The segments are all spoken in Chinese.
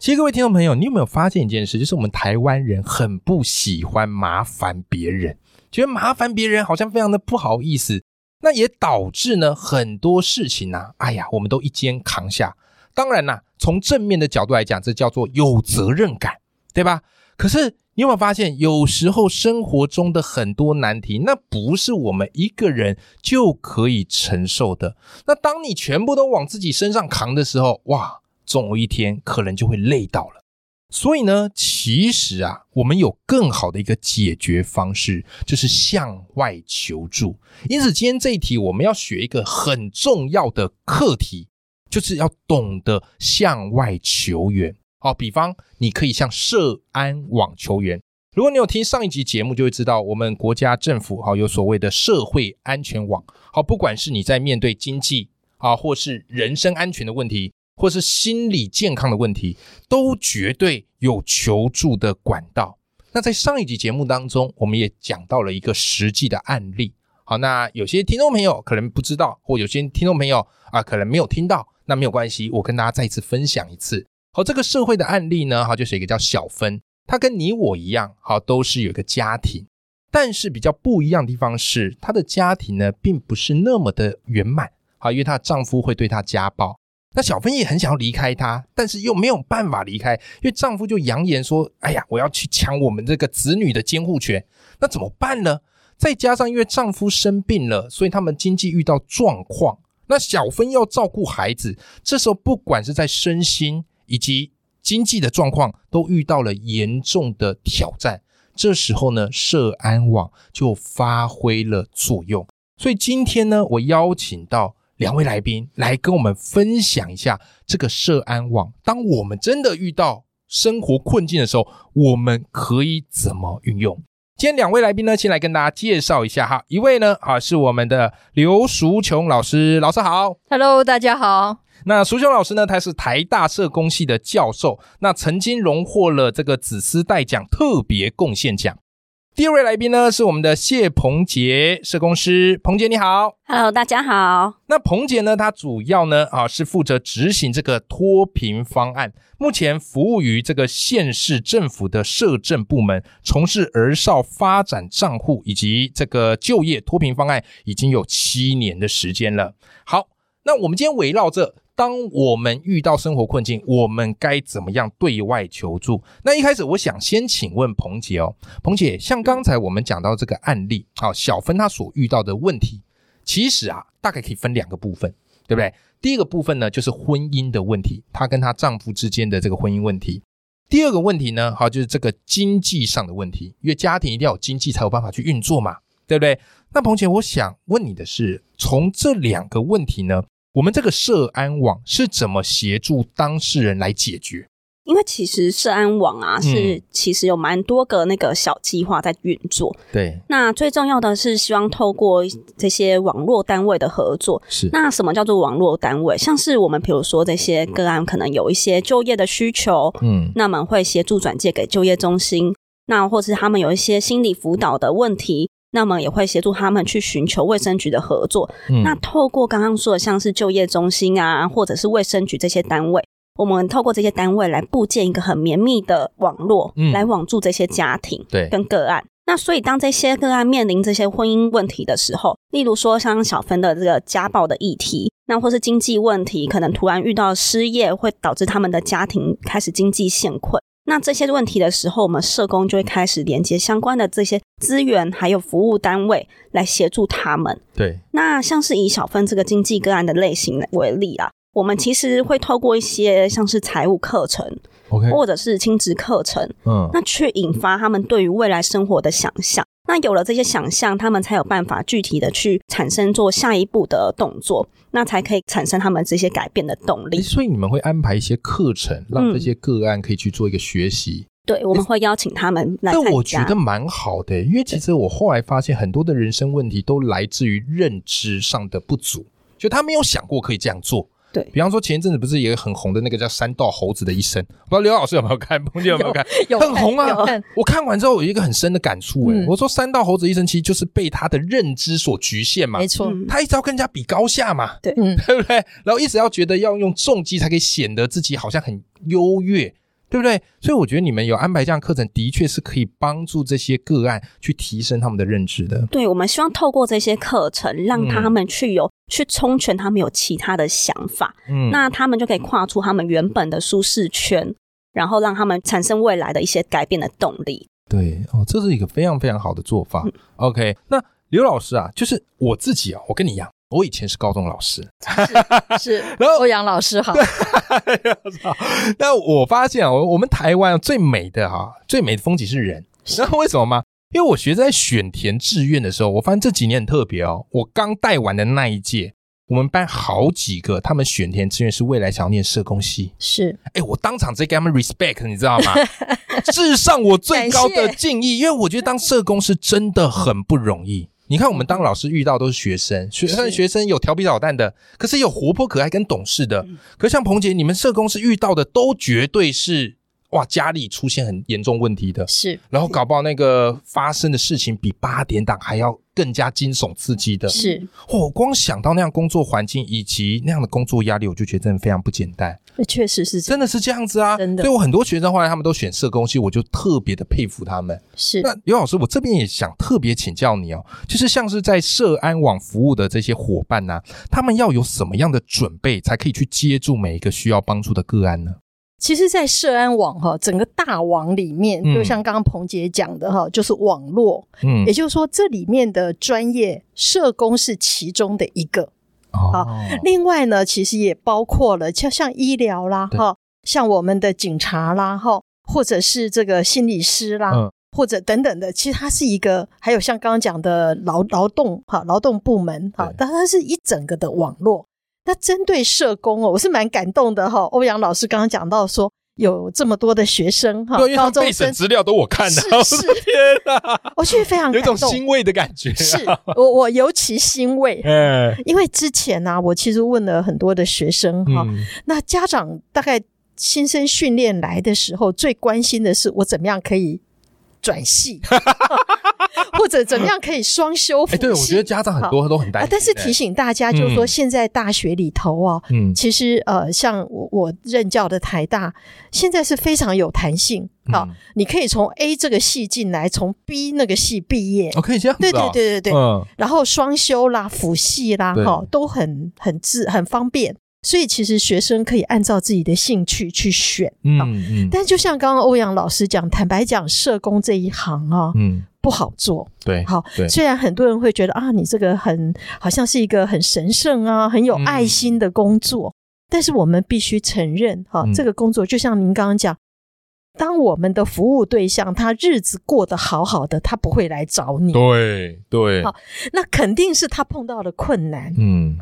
其实各位听众朋友，你有没有发现一件事？就是我们台湾人很不喜欢麻烦别人，觉得麻烦别人好像非常的不好意思。那也导致呢很多事情啊，哎呀，我们都一肩扛下。当然啦，从正面的角度来讲，这叫做有责任感，对吧？可是你有没有发现，有时候生活中的很多难题，那不是我们一个人就可以承受的。那当你全部都往自己身上扛的时候，哇！总有一天可能就会累到了。所以呢，其实啊，我们有更好的一个解决方式，就是向外求助。因此，今天这一题我们要学一个很重要的课题，就是要懂得向外求援。好，比方你可以向社安网求援。如果你有听上一集节目，就会知道我们国家政府哦好有所谓的社会安全网。好，不管是你在面对经济啊，或是人身安全的问题。或是心理健康的问题，都绝对有求助的管道。那在上一集节目当中，我们也讲到了一个实际的案例。好，那有些听众朋友可能不知道，或有些听众朋友啊可能没有听到，那没有关系，我跟大家再次分享一次。好，这个社会的案例呢，哈，就是一个叫小芬，她跟你我一样，好，都是有一个家庭，但是比较不一样的地方是，她的家庭呢并不是那么的圆满，啊好，因为她的丈夫会对她家暴。那小芬也很想要离开他，但是又没有办法离开，因为丈夫就扬言说：“哎呀，我要去抢我们这个子女的监护权。”那怎么办呢？再加上因为丈夫生病了，所以他们经济遇到状况。那小芬要照顾孩子，这时候不管是在身心以及经济的状况，都遇到了严重的挑战。这时候呢，社安网就发挥了作用。所以今天呢，我邀请到。两位来宾来跟我们分享一下这个社安网。当我们真的遇到生活困境的时候，我们可以怎么运用？今天两位来宾呢，先来跟大家介绍一下哈。一位呢，啊，是我们的刘淑琼老师，老师好。 Hello，大家好。那淑琼老师呢，他是台大社工系的教授，那曾经荣获了这个紫丝带奖特别贡献奖。第二位来宾呢是我们的谢鹏杰社工师，鹏杰你好，Hello，大家好。那鹏杰呢，他主要呢啊是负责执行这个脱贫方案，目前服务于这个县市政府的社政部门，从事儿少发展账户以及这个就业脱贫方案已经有七年的时间了。好，那我们今天围绕这。当我们遇到生活困境，我们该怎么样对外求助？那一开始，我想先请问彭姐哦，彭姐，像刚才我们讲到这个案例，好、哦，小芬她所遇到的问题，其实啊，大概可以分两个部分，对不对？第一个部分呢，就是婚姻的问题，她跟她丈夫之间的这个婚姻问题；第二个问题呢，好、哦，就是这个经济上的问题，因为家庭一定要有经济才有办法去运作嘛，对不对？那彭姐，我想问你的是，从这两个问题呢？我们这个社安网是怎么协助当事人来解决？因为其实社安网啊，嗯、是其实有蛮多个那个小计划在运作。对，那最重要的是希望透过这些网络单位的合作。是，那什么叫做网络单位？像是我们比如说这些个案，可能有一些就业的需求，嗯，那么会协助转介给就业中心。那或是他们有一些心理辅导的问题。那么也会协助他们去寻求卫生局的合作。嗯、那透过刚刚说的，像是就业中心啊，或者是卫生局这些单位，我们透过这些单位来布建一个很绵密的网络，嗯、来网住这些家庭对跟个案。那所以当这些个案面临这些婚姻问题的时候，例如说像小芬的这个家暴的议题，那或是经济问题，可能突然遇到失业，会导致他们的家庭开始经济陷困。那这些问题的时候，我们社工就会开始连接相关的这些资源，还有服务单位来协助他们。对，那像是以小芬这个经济个案的类型为例啊，我们其实会透过一些像是财务课程，OK，或者是亲职课程，嗯，那去引发他们对于未来生活的想象。那有了这些想象，他们才有办法具体的去产生做下一步的动作，那才可以产生他们这些改变的动力。嗯所以你们会安排一些课程，让这些个案可以去做一个学习，对，我们会邀请他们来但参加。我觉得蛮好的、因为其实我后来发现很多的人生问题都来自于认知上的不足，就他没有想过可以这样做。对比方说前一阵子不是也很红的那个叫《山道猴子的一生》，不知道刘老师有没有看，彭姐有没有看？有很红啊有看我看完之后有一个很深的感触、欸，哎、嗯我说《山道猴子一生》其实就是被他的认知所局限嘛没，错，嗯他一直要跟人家比高下嘛，对嗯 对不对？然后一直要觉得要用重击才可以显得自己好像很优越，对不对？所以我觉得你们有安排这样的课程，的确是可以帮助这些个案去提升他们的认知的。对，我们希望透过这些课程，嗯让他们去有、去充权，他们有其他的想法，嗯，那他们就可以跨出他们原本的舒适圈，然后让他们产生未来的一些改变的动力。对哦，这是一个非常非常好的做法。OK，那刘老师啊，就是我自己啊，我跟你一样，我以前是高中老师，是然后欧阳老师好， 那我发现啊，我我们台湾最美的哈、最美的风景是人。然后为什么吗？因为我学在选填志愿的时候，我发现这几年很特别哦。我刚带完的那一届，我们班好几个，他们选填志愿是未来想要念社工系。是哎，我当场直接给他们 respect，你知道 吗？致上我最高的感谢敬意，因为我觉得当社工是真的很不容易。你看，我嗯们当老师遇到都是学生，学生学生有调皮捣蛋的，可是有活泼可爱跟懂事嗯的。可像彭姐，你们社工是遇到的都绝对是哇，家里出现很严重问题的，是然后搞不好那个发生的事情比八点档还要更加惊悚刺激的。是，哦我光想到那样工作环境以及那样的工作压力，我就觉得真的非常不简单。嗯确实是这真的是这样子啊，真的所以我很多学生后来他们都选社工系，我就特别的佩服他们。是那刘老师，我这边也想特别请教你哦，就是像是在社安网服务的这些伙伴呐、他们要有什么样的准备，才可以去接住每一个需要帮助的个案呢？其实，在社安网哈，整个大网里面，嗯就像刚刚彭姐讲的哈，就是网络，嗯也，就是说，这里面的专业社工是其中的一个。哦，另外呢，其实也包括了像像医疗啦对哈，像我们的警察啦哈，或者是这个心理师啦，嗯或者等等的，其实它是一个，还有像刚刚讲的劳劳动哈，劳动部门哈对，但它是一整个的网络。那针对社工哦，我是蛮感动的哈。欧阳老师刚刚讲到说，有这么多的学生哈对，啊因为，他高们中备审生，资料都我看的，是 我的是天啊，我觉得非 常有一种感动。欣慰的感觉、是，我我尤其欣慰， 哎，因为之前呢、我其实问了很多的学生哈，嗯，那家长大概新生训练来的时候，最关心的是我怎么样可以转系， 或者怎么样可以双修哎，复系。对，我觉得家长很多都很担啊心，，但是提醒大家，就是说嗯现在大学里头啊，嗯，其实呃，像我我任教的台大，现在是非常有弹性啊，嗯你可以从 A 这个系进来，从 B 那个系毕业。哦，可以这样子、对哦，对对对对，嗯，然后双修啦、辅系啦，对哈，都很很自很方便。所以其实学生可以按照自己的兴趣去选。嗯啊嗯但就像刚刚欧阳老师讲，坦白讲，社工这一行啊、嗯，不好做。对，好对，虽然很多人会觉得啊，你这个很好像是一个很神圣啊、很嗯有爱心的工作，但是我们必须承认，哈、嗯这个工作就像您刚刚讲。当我们的服务对象他日子过得好好的，他不会来找你，对对，好那肯定是他碰到了困难。嗯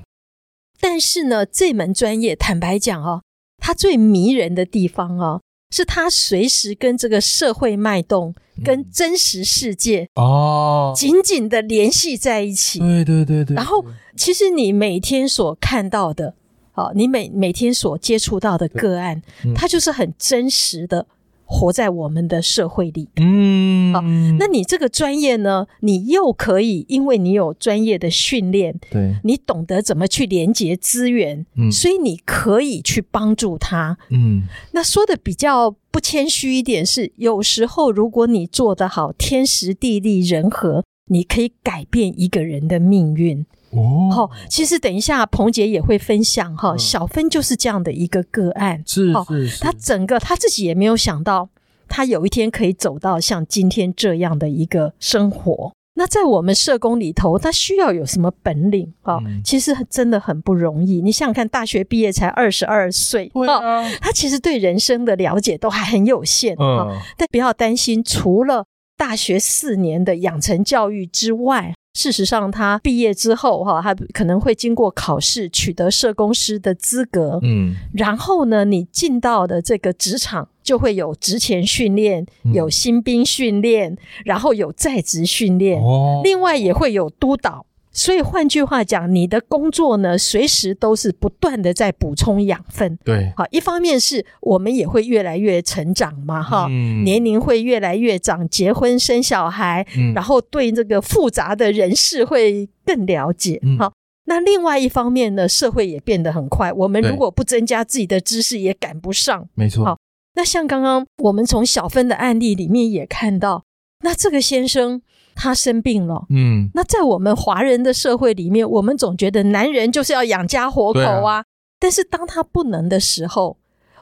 但是呢，这门专业坦白讲哦，它最迷人的地方哦，是它随时跟这个社会脉动、跟真实世界嗯哦，嗯紧紧的联系在一起。对对对对，然后对，其实你每天所看到的，哦，你每每天所接触到的个案对嗯，它就是很真实的活在我们的社会里。嗯，好那你这个专业呢，你又可以因为你有专业的训练，对，你懂得怎么去连接资源，嗯所以你可以去帮助他。嗯那说的比较不谦虚一点是，有时候如果你做得好，天时地利人和，你可以改变一个人的命运。哦，哦，其实等一下彭姐也会分享哈、嗯小芬就是这样的一个个案，是好是是，她整个她自己也没有想到，她有一天可以走到像今天这样的一个生活。那在我们社工里头，他需要有什么本领啊、哦嗯其实真的很不容易。你想想看，大学毕业才二十二岁，对哦啊，他其实对人生的了解都还很有限啊、哦嗯但不要担心，除了大学四年的养成教育之外，事实上他毕业之后哈、他可能会经过考试取得社工师的资格，嗯，然后呢，你进到的这个职场就会有职前训练、嗯有新兵训练，然后有在职训练，哦，另外也会有督导。所以换句话讲，你的工作呢，随时都是不断的在补充养分。对，好，一方面是我们也会越来越成长嘛，哈，嗯年龄会越来越长，结婚生小孩，嗯然后对这个复杂的人事会更了解嗯。好、那另外一方面呢，社会也变得很快，我们对如果不增加自己的知识，也赶不上。没错，好那像刚刚我们从小芬的案例里面也看到，那这个先生他生病了。嗯，那在我们华人的社会里面，我们总觉得男人就是要养家活口对啊啊。但是当他不能的时候，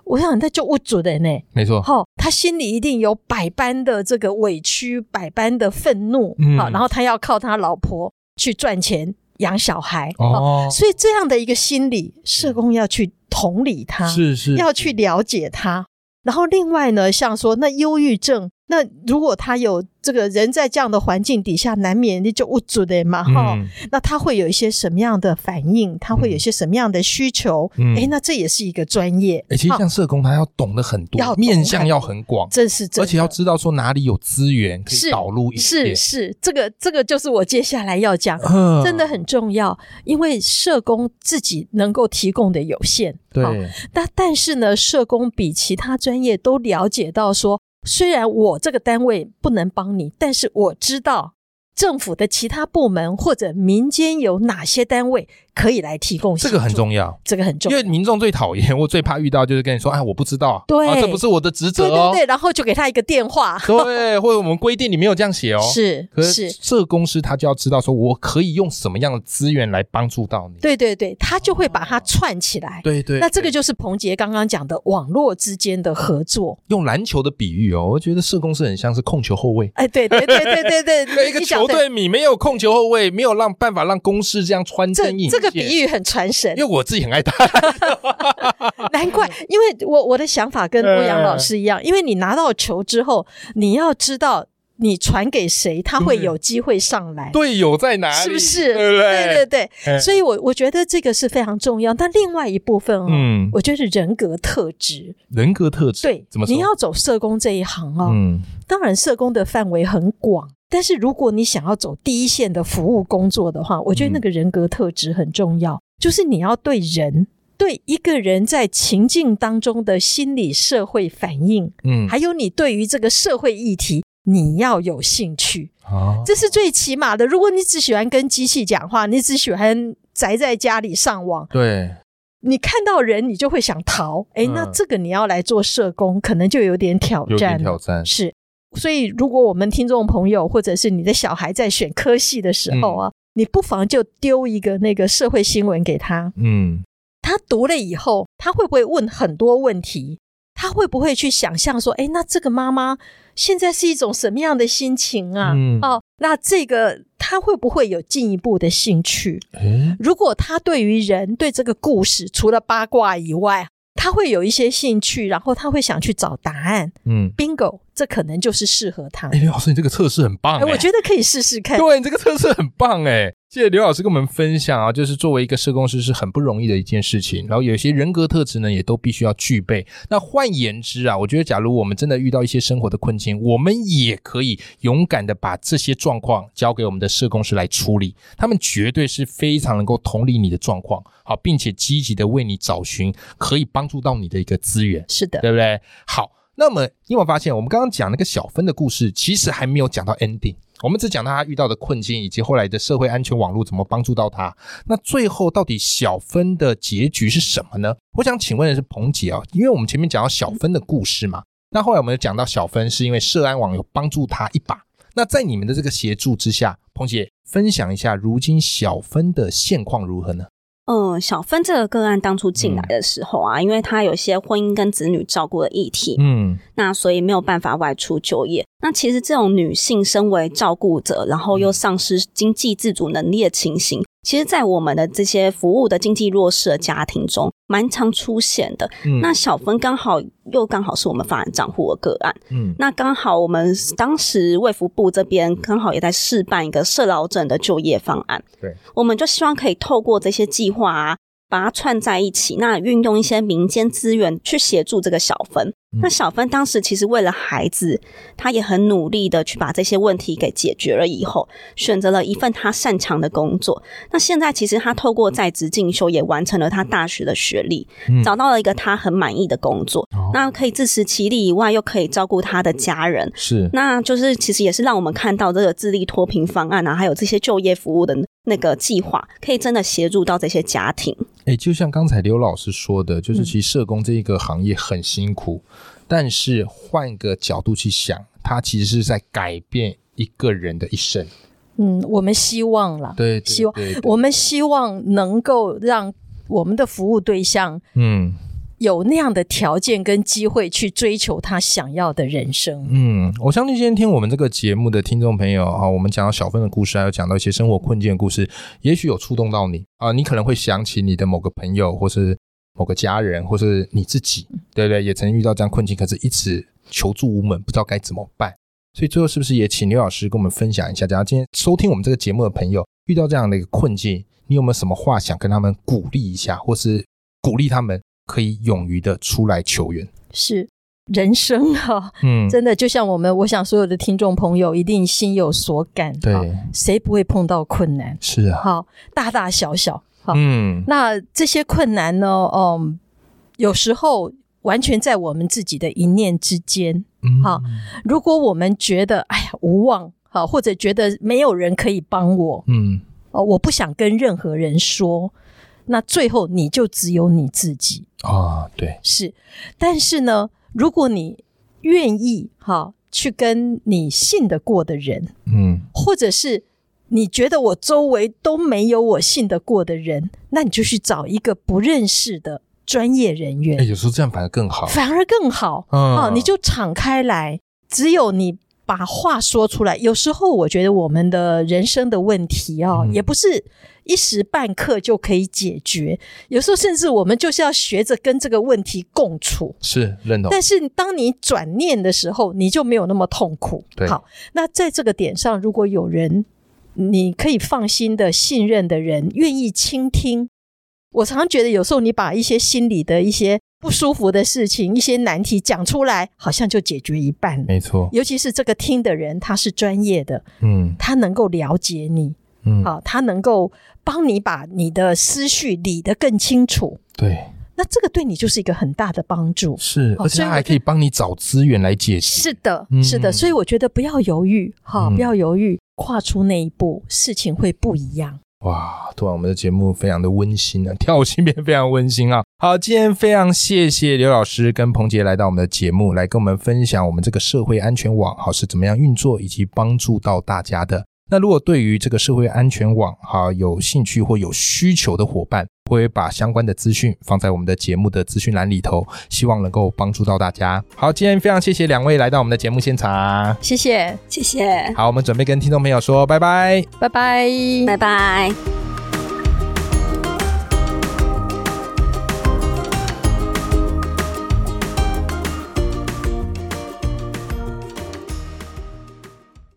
我想那就无主人呢、没错，哦，他心里一定有百般的这个委屈，百般的愤怒，嗯好、然后他要靠他老婆去赚钱养小孩，哦，所以这样的一个心理，社工要去同理他，是是，要去了解他。然后另外呢，像说那忧郁症，那如果他有这个人在这样的环境底下，难免就无助的嘛哈、嗯那他会有一些什么样的反应？他会有一些什么样的需求？嗯哎、那这也是一个专业。哎，其实好像社工，他要懂得很多要，懂面向要很广，这是真而的且要知道说哪里有资源可以是导入一些是，是，这个这个就是我接下来要讲，嗯真的很重要，因为社工自己能够提供的有限。好对，那但是呢，社工比其他专业都了解到说，虽然我这个单位不能帮你，但是我知道政府的其他部门或者民间有哪些单位可以来提供这个很协助，重要。这个很重因要为。民众最讨厌，我最怕遇到就是跟你说，哎，我不知道，对啊，这不是我的职责对哦对，对，然后就给他一个电话， 对，或者我们规定里面有这样写哦，，是可是是，社工师他就要知道说，我可以用什么样的资源来帮助到你，对对对，他就会把哦它串起来。对对，那这个对就是彭杰刚刚讲的网络之间的合作。用篮球的比喻哦，我觉得社工师很像是控球后卫。哎，对对对对对对 对，一个你讲球队里没有控球后卫，没有让办法让攻势这样穿这针引线。这个比，喻很传神因为，我自己很爱打。难怪，因为我我的想法跟嗯欧阳老师一样，因为你拿到球之后，你要知道你传给谁，他会对有机会上来，队友在哪里？是不是？对不对对嗯对，所以我我觉得这个是非常重要。但另外一部分哦，嗯，我觉得是人格特质，人格特质对怎么，说？你要走社工这一行哦，嗯当然，社工的范围很广，但是如果你想要走第一线的服务工作的话，我觉得嗯那个人格特质很重要，就是你要对人、对一个人在情境当中的心理社会反应，嗯，还有你对于这个社会议题。你要有兴趣，啊，这是最起码的。如果你只喜欢跟机器讲话，你只喜欢宅在家里上网，对，你看到人你就会想逃。诶，嗯那这个你要来做社工，可能就有点挑有战点了。挑战。是，所以如果我们听众朋友或者是你的小孩在选科系的时候啊，你不妨就丢一个那个社会新闻给他，嗯，他读了以后，他会不会问很多问题？他会不会去想象说，哎，那这个妈妈现在是一种什么样的心情啊？嗯哦，那这个他会不会有进一步的兴趣？诶，如果他对于人对这个故事，除了八卦以外，他会有一些兴趣，然后他会想去找答案。嗯， bingo，这可能就是适合他。哎，刘老师，你这个测试很棒哎、哎，我觉得可以试试看。对你这个测试很棒哎，谢谢刘老师跟我们分享啊，就是作为一个社工师是很不容易的一件事情，然后有一些人格特质呢也都必须要具备。那换言之啊，我觉得假如我们真的遇到一些生活的困境，我们也可以勇敢的把这些状况交给我们的社工师来处理，他们绝对是非常能够同理你的状况，好，并且积极的为你找寻可以帮助到你的一个资源。是的，对不对？好，那么你有没有发现，我们刚刚讲那个小芬的故事，其实还没有讲到 ending，我们只讲到她遇到的困境，以及后来的社会安全网络怎么帮助到她。那最后到底小芬的结局是什么呢？我想请问的是彭姐啊、因为我们前面讲到小芬的故事嘛，那后来我们有讲到小芬是因为社安网有帮助她一把。那在你们的这个协助之下，彭姐分享一下如今小芬的现况如何呢？嗯，小芬这个个案当初进来的时候啊，因为她有一些婚姻跟子女照顾的议题，嗯，那所以没有办法外出就业。那其实这种女性身为照顾者，然后又丧失经济自主能力的情形，其实，在我们的这些服务的经济弱势的家庭中，蛮常出现的。嗯那小芬刚好又刚好是我们法人账户的个案，嗯那刚好我们当时卫福部这边刚好也在试办一个社劳整的就业方案，对，我们就希望可以透过这些计划啊，把它串在一起，那运用一些民间资源去协助这个小芬。嗯那小芬当时其实为了孩子，她也很努力的去把这些问题给解决了，以后选择了一份她擅长的工作。那现在其实她透过在职进修也完成了她大学的学历，嗯找到了一个她很满意的工作。哦那可以自食其力以外，又可以照顾她的家人，是那就是其实也是让我们看到这个自力脱贫方案啊，还有这些就业服务的那个计划，可以真的协助到这些家庭。哎、就像刚才刘老师说的，就是嗯其实社工这一个行业很辛苦，但是换个角度去想，它其实是在改变一个人的一生。嗯，我们希望啦，对，对希望对对我们希望能够让我们的服务对象嗯有那样的条件跟机会去追求他想要的人生。嗯，我相信今天听我们这个节目的听众朋友啊，我们讲到小芬的故事，还有讲到一些生活困境的故事，也许有触动到你啊，你可能会想起你的某个朋友，或是某个家人，或是你自己，对不对？也曾遇到这样困境，可是一直求助无门，不知道该怎么办。所以最后是不是也请刘老师跟我们分享一下，假如今天收听我们这个节目的朋友遇到这样的一个困境，你有没有什么话想跟他们鼓励一下，或是鼓励他们可以勇于的出来求援？是人生哈、嗯，真的就像我们，我想所有的听众朋友一定心有所感，对哈，谁不会碰到困难？是啊，好，大大小小，好，嗯，那这些困难呢，嗯，有时候完全在我们自己的一念之间。嗯好，如果我们觉得哎呀无望，好，或者觉得没有人可以帮我，嗯，哦，我不想跟任何人说，那最后你就只有你自己。啊，对，是，但是呢，如果你愿意哈去跟你信得过的人，嗯或者是你觉得我周围都没有我信得过的人，那你就去找一个不认识的专业人员，哎，有时候这样反而更好，反而更好。嗯哦，你就敞开来，只有你把话说出来。有时候我觉得我们的人生的问题哦，嗯也不是一时半刻就可以解决，有时候甚至我们就是要学着跟这个问题共处。是认同，但是当你转念的时候，你就没有那么痛苦对。好，那在这个点上，如果有人你可以放心的信任的人，愿意倾听，我常常觉得有时候你把一些心里的一些不舒服的事情、一些难题讲出来，好像就解决一半了。没错，尤其是这个听的人，他是专业的，嗯他能够了解你，嗯，好、他能够帮你把你的思绪理得更清楚。对，那这个对你就是一个很大的帮助。是，好而且所以它我还就可以帮你找资源来解决，是的嗯，是的，所以我觉得不要犹豫，哈、嗯不要犹豫，跨出那一步，事情会不一样。哇，突然我们的节目非常的温馨啊， 跳性变非常温馨啊。好，今天非常谢谢刘老师跟彭杰来到我们的节目，来跟我们分享我们这个社会安全网好是怎么样运作，以及帮助到大家的。那如果对于这个社会安全网哈有兴趣或有需求的伙伴，我会把相关的资讯放在我们的节目的资讯栏里头，希望能够帮助到大家。好，今天非常谢谢两位来到我们的节目现场。谢谢，谢谢，好，我们准备跟听众朋友说拜拜。拜拜，拜拜。